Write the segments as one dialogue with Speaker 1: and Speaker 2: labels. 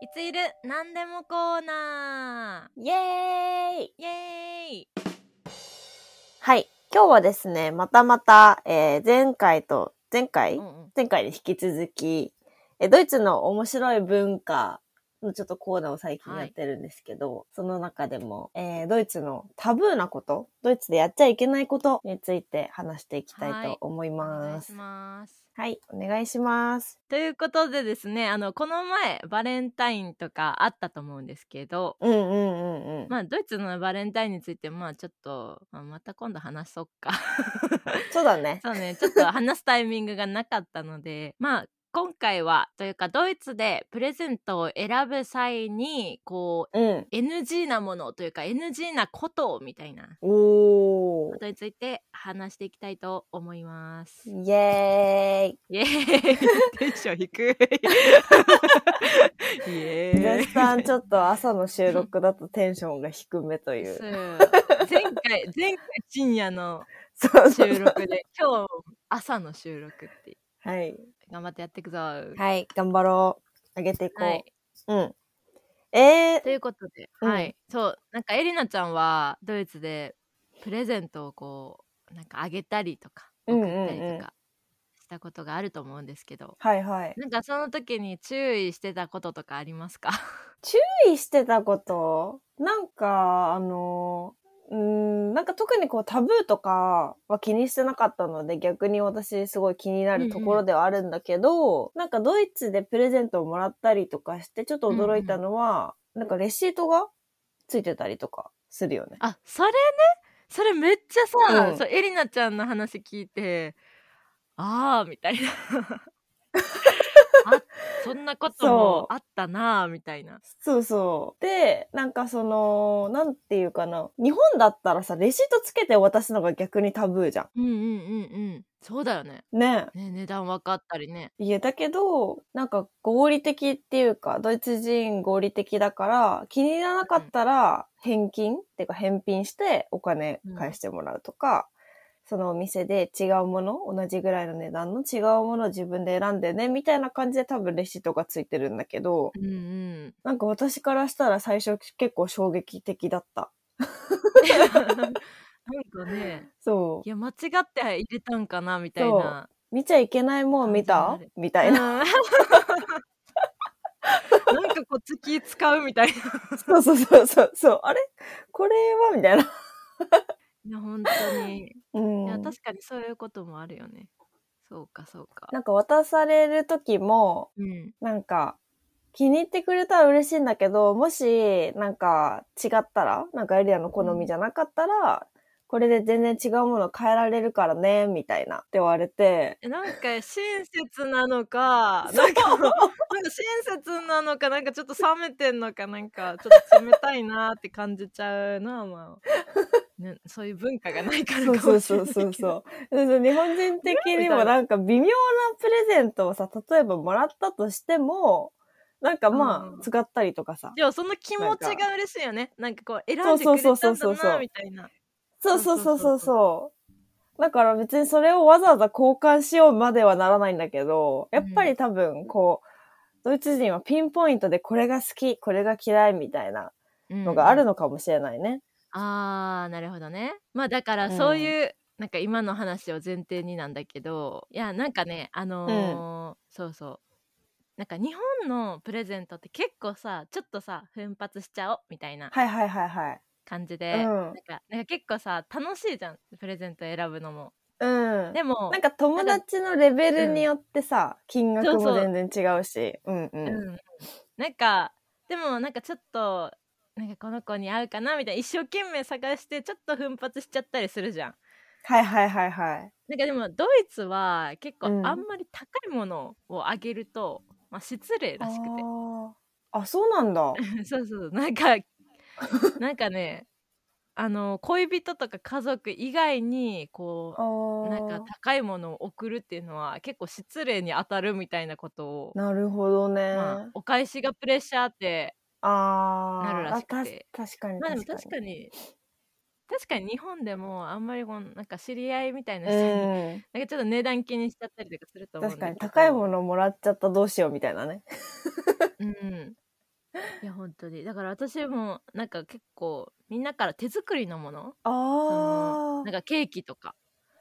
Speaker 1: いついる何でもコーナ
Speaker 2: イエーイ
Speaker 1: ーイエーイ
Speaker 2: はい。今日はですね、またまた、えー前回と、前回、
Speaker 1: うんうん
Speaker 2: 前回に引き続き、えードイツの面白い文化のちょっとコーナーを最近やってるんですけど、その中でも、えードイツのタブーなこと、ドイツでやっちゃいけないことについて話していきたいと思い
Speaker 1: お願
Speaker 2: ま
Speaker 1: いし
Speaker 2: す。
Speaker 1: ます
Speaker 2: はい、お願いします。
Speaker 1: ということでですねあのこの前バレンタインとかあったと思うんですけど
Speaker 2: うんうんうんうん。
Speaker 1: まあドイツのバレンタインについてまあちょっと、まあまた今度話そう か
Speaker 2: そう だね。
Speaker 1: そうねちょっと話すタイミングがなかったのでまあ今回はというかドイツでプレゼントを選ぶ際にこう
Speaker 2: うん。
Speaker 1: NG なものというか NG なことみたいな
Speaker 2: お
Speaker 1: こ
Speaker 2: ー。
Speaker 1: とについて話していきたいと思います。
Speaker 2: イエー
Speaker 1: イ
Speaker 2: イ。
Speaker 1: エーイ テンション低いイエ ーイ
Speaker 2: 絶賛ちょっと朝の収録だとテンションが低めという。
Speaker 1: そう前回前回深夜の
Speaker 2: そうそう
Speaker 1: 収録で今日朝の収録って
Speaker 2: はい。
Speaker 1: 頑張ってやっていくぞ、は
Speaker 2: はい、頑張ろう。上げていこう。
Speaker 1: い、
Speaker 2: うん。え
Speaker 1: ということで、
Speaker 2: うん
Speaker 1: はいそうなんかエリナちゃんはドイツでプレゼントをこうなんかあげたりとか
Speaker 2: うん
Speaker 1: 送
Speaker 2: う
Speaker 1: っ
Speaker 2: んうん
Speaker 1: たりとかしたことがあると思うんですけど、
Speaker 2: ー、はいはい。
Speaker 1: なんかその時に注意してたこととかありますか
Speaker 2: 注意してたことなんか、あの、うーん、なんか特にこうタブーとかは気にしてなかったので逆に私すごい気になるところではあるんだけど、なんかドイツでプレゼントをもらったりとかしてちょっと驚いたのは、なんかレシートがついてたりとかするよね。
Speaker 1: あそれねそれめっちゃさ、
Speaker 2: うん
Speaker 1: そうエリナちゃんの話聞いてああみたいな あそんなことも
Speaker 2: そう
Speaker 1: あったなあみたいな
Speaker 2: そうそう。で、なんかその、なんていうかな。日本だったらさ、レシートつけて渡すのが逆にタブーじゃ
Speaker 1: うんうんうんうんそうだよね
Speaker 2: ん。ね
Speaker 1: ね値段分かったりね
Speaker 2: え。いや、だけど、なんか合理的っていうか、ドイツ人合理的だから、気に入らなかったら返金、っていうか返品してお金返してもらうとか、そのお店で違うもの、同じぐらいの値段の違うものを自分で選んでね、みたいな感じで多分レシートがついてるんだけど、
Speaker 1: うんうん
Speaker 2: なんか私からしたら最初結構衝撃的だった。
Speaker 1: なんかね
Speaker 2: そ
Speaker 1: い。
Speaker 2: う
Speaker 1: や間違って入れたんかなみたいな
Speaker 2: 見ちゃいけないもん見た
Speaker 1: 感じに
Speaker 2: み
Speaker 1: う
Speaker 2: たい
Speaker 1: ん
Speaker 2: な。
Speaker 1: なんかこっち気使うみたいな
Speaker 2: そうそうそうそうそう。あれこれはみたいな。
Speaker 1: いや本当に、
Speaker 2: うん
Speaker 1: いや。確かにそういうこともあるよねそうかそうか
Speaker 2: なんか渡される時も、
Speaker 1: うん
Speaker 2: なんか、気に入ってくれたら嬉しいんだけど、もし、なんか、違ったら、なんかエリアの好みじゃなかったら、これで全然違うもの変えられるからね、みたいな、って言われて、
Speaker 1: えなんか親切なのかなんかなんか親切なのかなんかちょっと冷めてんのかなんかちょっと冷たいなって感じちゃうなまあ、ね、そういう文化がないからか
Speaker 2: そ
Speaker 1: も
Speaker 2: う
Speaker 1: しれ
Speaker 2: そ
Speaker 1: ないう
Speaker 2: そうそうそう。そうそう日本人的にもなんか微妙なプレゼントをさ、例えばもらったとしても、なんかま
Speaker 1: うん
Speaker 2: あ、使ったりとかさ、
Speaker 1: でもその気持ち
Speaker 2: なん
Speaker 1: が
Speaker 2: か
Speaker 1: 嬉しいよねなんかこう選んでくれ
Speaker 2: そう
Speaker 1: た
Speaker 2: そ
Speaker 1: ん
Speaker 2: うそうそ
Speaker 1: だ
Speaker 2: うそうそ
Speaker 1: な
Speaker 2: う
Speaker 1: みたいな
Speaker 2: そうそうそ
Speaker 1: そ
Speaker 2: うそ
Speaker 1: そう
Speaker 2: うう
Speaker 1: そう
Speaker 2: そう。だから別にそれをわざわざ交換しようまではならないんだけど、やっぱり多分こう、ドイツ人はピンポイントでこれが好き、これが嫌いみたいなのがあるのかもしれないね。
Speaker 1: あーなるほどねまあだから
Speaker 2: うん
Speaker 1: そういう、なんか今の話を前提になんだけどいやなんかねあのーそうそうなんか日本のプレゼントって結構さちょっとさ奮発しちゃおうみたいな
Speaker 2: はいはいはいはい。
Speaker 1: 感じで、
Speaker 2: うん
Speaker 1: なんかなんか結構さ楽しいじゃんプレゼント選ぶのも
Speaker 2: うん。
Speaker 1: でも
Speaker 2: なんか友達のレベルによってさ、金額
Speaker 1: そう
Speaker 2: も
Speaker 1: そう
Speaker 2: 全然違うし。うんう。
Speaker 1: うんん、なんかでもなんかちょっとなんかこの子に合うかなみたいな一生懸命探してちょっと奮発しちゃったりするじゃん
Speaker 2: はいはいはいはい。
Speaker 1: なんかでもドイツは結構
Speaker 2: うん
Speaker 1: あんまり高いものをあげると、まあ、失礼らしく
Speaker 2: あーあ、そうなんだ。
Speaker 1: て そうそうなんかなんかねあの恋人とか家族以外にこ
Speaker 2: あ
Speaker 1: う
Speaker 2: ー
Speaker 1: なんか高いものを送るっていうのは結構失礼に当たるみたいなことを、
Speaker 2: なるほどね。
Speaker 1: まあ、お返しがプレッシャーって
Speaker 2: あー
Speaker 1: なるらしくて
Speaker 2: あた確かに
Speaker 1: まあでも
Speaker 2: 確
Speaker 1: 確
Speaker 2: かに
Speaker 1: かに確かに日本でもあんまりこうなんか知り合いみたいな人に、
Speaker 2: うん、
Speaker 1: なんかちょっと値段気にしちゃったりとかすると思うん
Speaker 2: 確
Speaker 1: だ
Speaker 2: か
Speaker 1: けど
Speaker 2: に高いものもらっちゃったどうしようみたいなね。
Speaker 1: うん、いや本当にだから私もなんか結構みんなから手作りのもの
Speaker 2: あ
Speaker 1: なん
Speaker 2: あ。
Speaker 1: かケーキとか、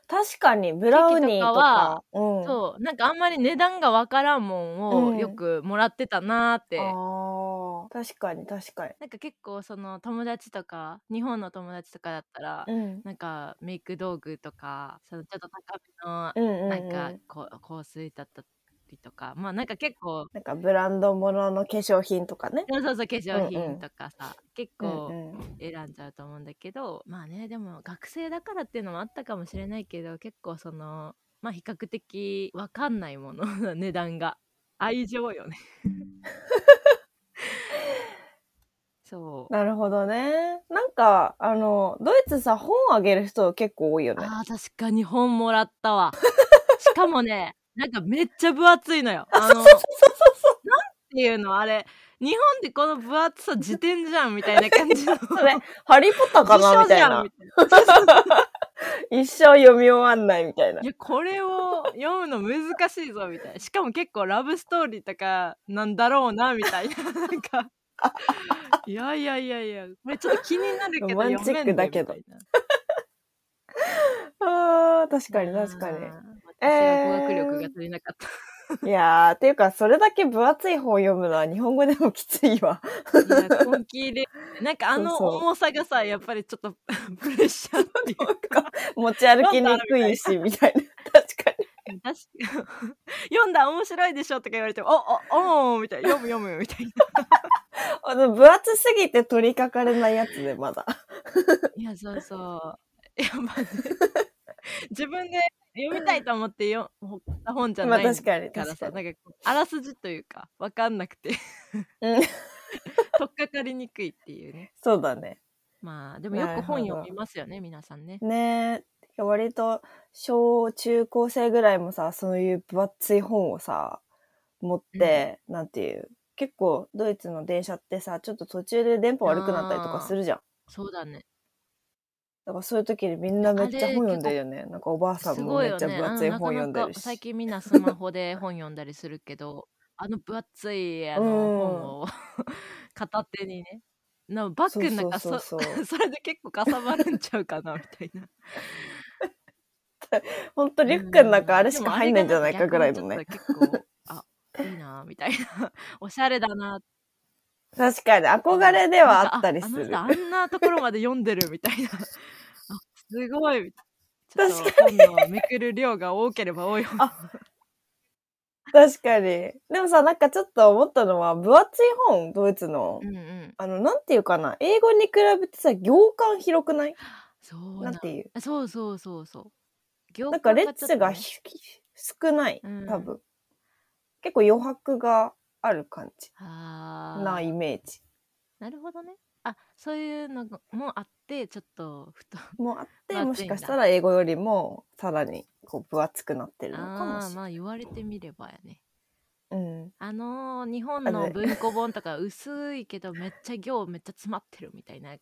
Speaker 2: 確かに、ブラウニーとか。うん
Speaker 1: そうなんかあんまり値段がわからんもんを
Speaker 2: うん
Speaker 1: よくもらってたなーって、
Speaker 2: ああ。確かに、確かに。
Speaker 1: なんか結構その友達とか日本の友達とかだったら、
Speaker 2: うん。
Speaker 1: なんかメイク道具とかそのちょっと高
Speaker 2: うんうん、うん。
Speaker 1: めのなんかこう香水だったりとかまあなんか結構
Speaker 2: なんかブランド物の化粧品とかね。
Speaker 1: そうそうそう化粧
Speaker 2: うんうん
Speaker 1: 品とかさ、結
Speaker 2: う
Speaker 1: 構。
Speaker 2: んうん。
Speaker 1: 選んじゃうと思うんだけどまあねでも学生だからっていうのもあったかもしれないけど結構そのまあ比較的わかんないもの値段が愛情よ ねそう
Speaker 2: なるほどね。なんか、あの、ドイツさ、本あげる人結構多いよね。
Speaker 1: あー確かに本もらった わしかもねなんかめっちゃ分厚いのよあのなんていうのあれ日本でこの分厚さ辞典じゃんみたいな感じの
Speaker 2: それ、ハリーポッターかなみた
Speaker 1: 辞
Speaker 2: いな。
Speaker 1: 書じゃんみたいな
Speaker 2: 一生読み終わんないみたいな。
Speaker 1: いやこれを読むの難しいぞみたいなしかも結構ラブストーリーとかなんだろうなみたいななん かいやいやいやいやこれちょっと気になるけど
Speaker 2: ロマンチ
Speaker 1: 読
Speaker 2: ッ
Speaker 1: め
Speaker 2: ク
Speaker 1: んで
Speaker 2: だ
Speaker 1: みた
Speaker 2: け
Speaker 1: い
Speaker 2: ど
Speaker 1: な
Speaker 2: ああ、確かに確かに。
Speaker 1: 私は語学力が足りなかった、
Speaker 2: いやー、っていうか、それだけ分厚い本を読むのは日本語でもきついわ。
Speaker 1: いや根気入れなんかあの
Speaker 2: そうそう
Speaker 1: 重さがさやっぱりちょっと プレッシャーっていうか
Speaker 2: 持ち歩きにくいし、みたいな。確かに。
Speaker 1: 確か 読んだ面白いでしょとか言われてもおおおーみたいな読む読むみたいな
Speaker 2: あの、分厚すぎて取りかかれないやつで、まだ。
Speaker 1: いやそうそう。いやまあ ね自分で読みたいと思ってよほった本じゃない
Speaker 2: まあ確かに
Speaker 1: からさ
Speaker 2: 確か
Speaker 1: なんかこうあらすじというか分かんなくて
Speaker 2: うん。
Speaker 1: 取っかかりにくいっていうね
Speaker 2: そうだね。
Speaker 1: まあでもよく本
Speaker 2: なるほど
Speaker 1: 読みますよね皆さんね
Speaker 2: ねえ。割と、小中高生ぐらいもさ、そういう分厚い本をさ、持って、なんていう。結構、ドイツの電車ってさ、ちょっと途中で電波悪くなったりとかするじゃん。
Speaker 1: そうだね
Speaker 2: だからそういう時にみんなめっちゃ本読んでるよね。なんかおばあさん
Speaker 1: す
Speaker 2: も
Speaker 1: ごい
Speaker 2: めっ
Speaker 1: よ
Speaker 2: ちゃ
Speaker 1: ね
Speaker 2: 分
Speaker 1: あ
Speaker 2: 厚い
Speaker 1: の
Speaker 2: 本読
Speaker 1: なんか
Speaker 2: で
Speaker 1: な
Speaker 2: る
Speaker 1: か
Speaker 2: し。
Speaker 1: 最近みんなスマホで本読んだりするけどあの分厚いあの
Speaker 2: うん
Speaker 1: 本を 片手にねなバッグの中
Speaker 2: そうそうそうそう
Speaker 1: それ で結構かさばるんちゃうかなみたいな
Speaker 2: ほんとリュックの中あれしか入んないんじゃないかぐらいの
Speaker 1: でもあれ
Speaker 2: ね。
Speaker 1: がなんか逆にちょっと結構、あ、いいなみたいな。 おしゃれだな
Speaker 2: 確かに憧れではあったりす
Speaker 1: なん
Speaker 2: る
Speaker 1: か。ああの人あんなところまで読んでるみたいな。あ、 すごい。ちょっと
Speaker 2: 確
Speaker 1: 本のめくる量が多ければ多いほど。
Speaker 2: 確かに。でもさ、なんかちょっと思ったのは、分厚い本、ドイツの
Speaker 1: う。んうん。
Speaker 2: あの、なんていうかな。英語に比べてさ、行間広くない
Speaker 1: そう
Speaker 2: なんていう。
Speaker 1: う。そうそうそうそう。業
Speaker 2: なんか
Speaker 1: 界
Speaker 2: レッ
Speaker 1: ちょっと
Speaker 2: ツが
Speaker 1: ね
Speaker 2: ひ少ない
Speaker 1: うん。
Speaker 2: 多分。結構余白がある感じ
Speaker 1: あー
Speaker 2: なイメージ。
Speaker 1: なるほどね。あ、そういうのもあって、ちょっとふと。
Speaker 2: もあって、
Speaker 1: 分厚いんだ
Speaker 2: もしかしたら英語よりもさらにこう分厚くなってるのかも
Speaker 1: ああ、
Speaker 2: しれない。
Speaker 1: まあ言われてみればやね。
Speaker 2: うん。
Speaker 1: あのー日本
Speaker 2: あの
Speaker 1: の文庫本とか薄いけどめっちゃ行めっちゃ詰まってるみたい な。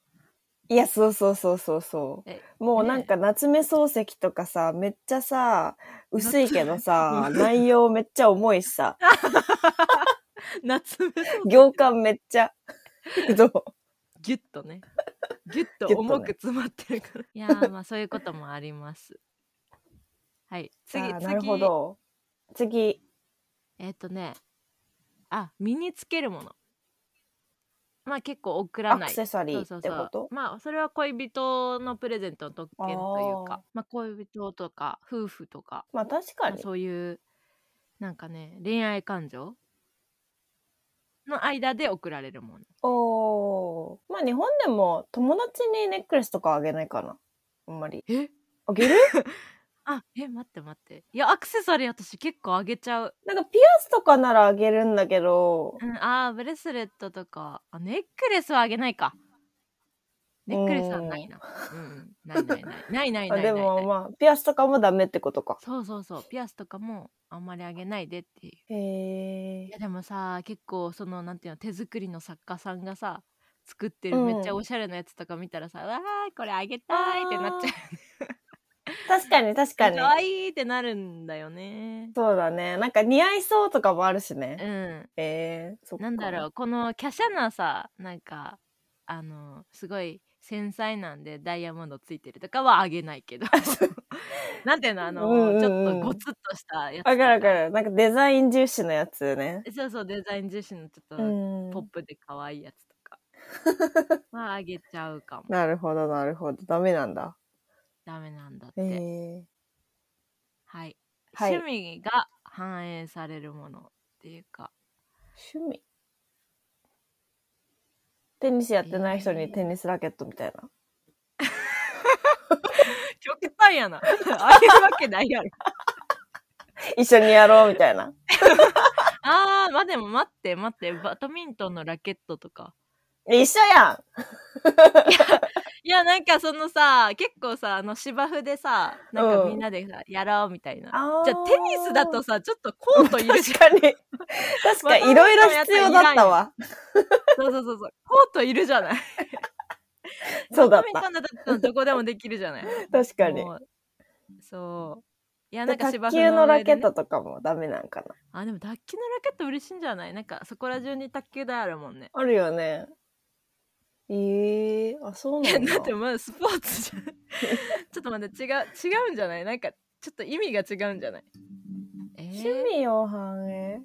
Speaker 2: いや、そうそうそうそうそ
Speaker 1: え
Speaker 2: う。もうなんか夏目漱石とかさ、めっちゃさ、薄いけどさ、内容めっちゃ重いしさ、
Speaker 1: 夏目
Speaker 2: 行間めっ ちゃ、どう
Speaker 1: ギュッと ね。ギュッと
Speaker 2: ギュッとね
Speaker 1: 重く詰まってるから。 いやーまあそういうこともあります。はい。次、
Speaker 2: あー
Speaker 1: 次。
Speaker 2: なるほど。次。
Speaker 1: えっ、とね。あ、身につけるもの。まあ結構送らな
Speaker 2: ア
Speaker 1: い。
Speaker 2: クセサリー
Speaker 1: そうそうそう
Speaker 2: ってこと
Speaker 1: まあそれは恋人のプレゼントの特権という
Speaker 2: あー
Speaker 1: か、まあ恋人とか夫婦とか
Speaker 2: まあ確か
Speaker 1: まあ
Speaker 2: に。
Speaker 1: そういうなんかね恋愛感情の間で送られるもの
Speaker 2: おー。まあ日本でも友達にネックレスとかあげないかな。あんまり。
Speaker 1: え
Speaker 2: あ げる
Speaker 1: あえ待って待っていやアクセサリー私結構あげちゃう、
Speaker 2: なんかピアスとかならあげるんだけど
Speaker 1: う、ん、あーブレスレットとかあネックレスはあげないかネックレスはないなうんないないないないないな
Speaker 2: あ
Speaker 1: いない
Speaker 2: でも
Speaker 1: ない
Speaker 2: まあ、ピアスとかもダメってことか。
Speaker 1: そうそうそうピアスとかもあんまりあげないでっていう
Speaker 2: へえ
Speaker 1: いや。でもさ結構そのなんていうの手作りの作家さんがさ作ってる
Speaker 2: うん
Speaker 1: めっちゃおしゃれなやつとか見たらさ、わーこれあげたいってなっちゃう
Speaker 2: 確かに確かに。
Speaker 1: 可愛いってなるんだよね。
Speaker 2: そうだね。なんか似合いそうとかもあるしね。
Speaker 1: うん。
Speaker 2: えー、そっか
Speaker 1: なんだろう、この華奢なさ、なんか、あの、すごい繊細なんでダイヤモンドついてるとかはあげない けど。なんていうの、あの、
Speaker 2: うんうんうん
Speaker 1: ちょっとゴツッとしたやつと。
Speaker 2: わかるわかる。なんかデザイン重視のやつね。
Speaker 1: そうそう、デザイン重視のちょっと
Speaker 2: うん
Speaker 1: ポッ。プで可愛いやつとか。 まあ、あげちゃうかも。
Speaker 2: なるほど、なるほど。ダメなんだ。
Speaker 1: ダメなんだって。
Speaker 2: えー、
Speaker 1: はい。
Speaker 2: はい
Speaker 1: 趣味が反映されるものっていうか。
Speaker 2: 趣味テニスやってない人にテニスラケットみたいな。
Speaker 1: 極端やな。 あげるわけないやろ。
Speaker 2: 一緒にやろうみたいな。
Speaker 1: あー、まあ、でも待って待って、バドミントンのラケットとか。
Speaker 2: 一緒や
Speaker 1: いや、なんかそのさ、結構さ、あの芝生でさ、なんかみんなでさ、やろうみたいな。
Speaker 2: ん
Speaker 1: じゃあテニスだとさ、ちょっとコートいるじ
Speaker 2: 確かに。確かに、いろいろ必要だったわ。
Speaker 1: ゃん。そうそうそうそう。コートいるじゃない。
Speaker 2: そうだっ
Speaker 1: バ
Speaker 2: た
Speaker 1: ド。ミントンだったらどこでもできるじゃない。
Speaker 2: 確かに。
Speaker 1: もうそう。いや、なんか芝
Speaker 2: 卓
Speaker 1: 生の上でね
Speaker 2: 球のラケットとかもダメなんかな。
Speaker 1: あ、でも卓球のラケット嬉しいんじゃないなんかそこら中に卓球台あるもんね。
Speaker 2: あるよね。ええあ、そう
Speaker 1: い
Speaker 2: な
Speaker 1: や、
Speaker 2: んだ。
Speaker 1: だってまだスポーツじゃん。ちょっと待って、違う、違うんじゃないなんか、ちょっと意味が違うんじゃないえー
Speaker 2: 趣味を反映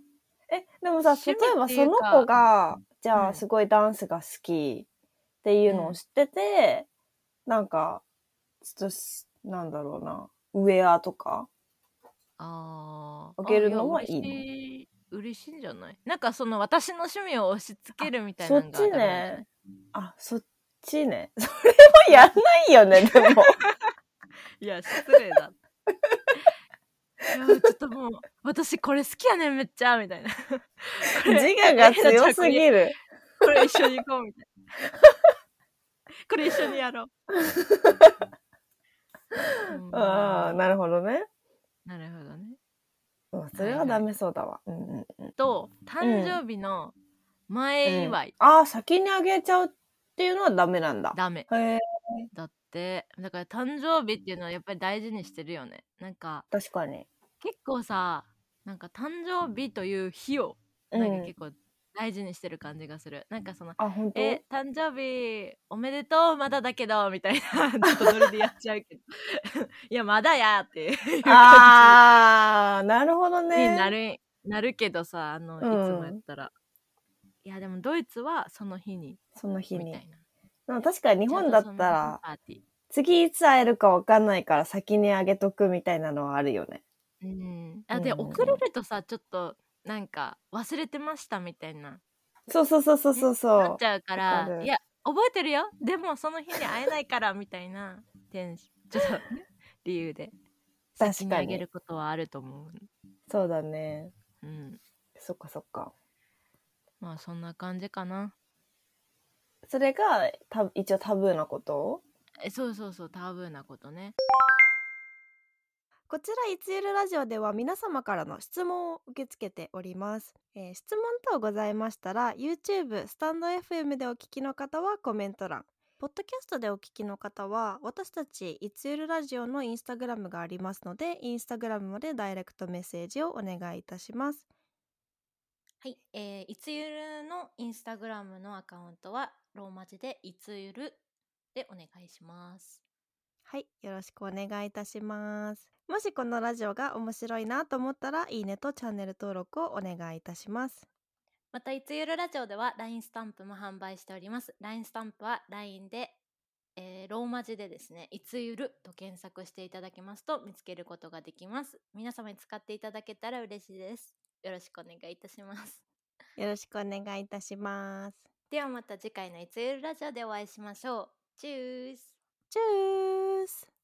Speaker 2: え、でもさ、
Speaker 1: 趣
Speaker 2: 例
Speaker 1: 味
Speaker 2: えば
Speaker 1: ってい
Speaker 2: そうの
Speaker 1: か
Speaker 2: 子が、じゃ
Speaker 1: う
Speaker 2: あ
Speaker 1: ん
Speaker 2: すごいダンスが好きっていうのを知ってて、なんか、ちょっとし、なんだろうな、ウェアとか
Speaker 1: あ
Speaker 2: あげるのはいいの
Speaker 1: い嬉しいんじゃないなんかその私の趣味を押し付けるみたい
Speaker 2: そ
Speaker 1: な
Speaker 2: っ
Speaker 1: のが
Speaker 2: ち
Speaker 1: ダメなんじゃない
Speaker 2: ね。あ、そっちね。 それもやんない よね、でも。
Speaker 1: いや失礼だいやちょっともう私これ好きやねんめっちゃみたいなこれ
Speaker 2: 自我が強す ぎる。
Speaker 1: これ一緒に行こうみたいな これ一緒にやろううん
Speaker 2: ああ、なるほどね。
Speaker 1: なるほどね
Speaker 2: うんそれはダメそうだわ。うんうんうん、
Speaker 1: と誕生日の前祝い、
Speaker 2: ああ、先にあげちゃうっていうのはダメなんだ。
Speaker 1: ダメ
Speaker 2: へえ、
Speaker 1: だってだから誕生日っていうのはやっぱり大事にしてるよねなんか
Speaker 2: 確かに。
Speaker 1: 結構さなんか誕生日という日を
Speaker 2: う
Speaker 1: なんか
Speaker 2: ん
Speaker 1: 結。構大事にしてる感じがする、なんかその
Speaker 2: あ、
Speaker 1: 「
Speaker 2: 本当。
Speaker 1: え誕生日おめでとうまだだけど」みたいな ちょっとノリでやっちゃうけど 「いやまだや」っていう感
Speaker 2: ああ、なるほど
Speaker 1: じ
Speaker 2: ね。
Speaker 1: になる,、なるけどさあの、
Speaker 2: うん
Speaker 1: いつもやったら。いやでもドイツはその日に
Speaker 2: その日
Speaker 1: み
Speaker 2: に
Speaker 1: た。いな
Speaker 2: でも確かに日本だっ
Speaker 1: ちょうどそ
Speaker 2: た
Speaker 1: の日の
Speaker 2: ら、
Speaker 1: パーティー
Speaker 2: 次いつ会えるかわかんないから先にあげとくみたいなのはあるよね。
Speaker 1: うん、あで、
Speaker 2: うん
Speaker 1: 遅れるとさちょっとなんか忘れてましたみたいな
Speaker 2: そうそうそうそうそうそ
Speaker 1: なっ
Speaker 2: う
Speaker 1: ち。ゃうか
Speaker 2: わ
Speaker 1: ら
Speaker 2: かる
Speaker 1: いや覚えてるよでもその日に会えないからみたいなテン ションちょっとね理由で先
Speaker 2: 確
Speaker 1: に
Speaker 2: か
Speaker 1: あげ
Speaker 2: に
Speaker 1: る。ことはあると思う、
Speaker 2: そうだね。
Speaker 1: うん、
Speaker 2: そっかそっか。
Speaker 1: まあそんな感じかな
Speaker 2: それがた一応タブーなこと
Speaker 1: えそうそうそうタブーなことね
Speaker 2: こちらいつゆるラジオでは皆様からの質問を受け付けております、えー質問等ございましたら YouTube スタンド FM でお聞きの方はコメント欄ポッドキャストでお聞きの方は私たちいつゆるラジオのインスタグラムがありますのでインスタグラムまでダイレクトメッセージをお願いいたします
Speaker 3: はい、えー、いつゆるのインスタグラムのアカウントはローマ字でいつゆるでお願いします。
Speaker 2: はい、よろしくお願いいたします。もしこのラジオが面白いなと思ったら、いいねとチャンネル登録をお願いいたします。
Speaker 3: またいつゆるラジオでは LINE スタンプも販売しております。LINE スタンプは LINE で、えーローマ字でですね、いつゆると検索していただけますと見つけることができます。皆様に使っていただけたら嬉しいです。よろしくお願いいたします。
Speaker 2: よろしくお願いいたします。
Speaker 3: ではまた次回のいつゆるラジオでお会いしましょう。チュース
Speaker 2: チュース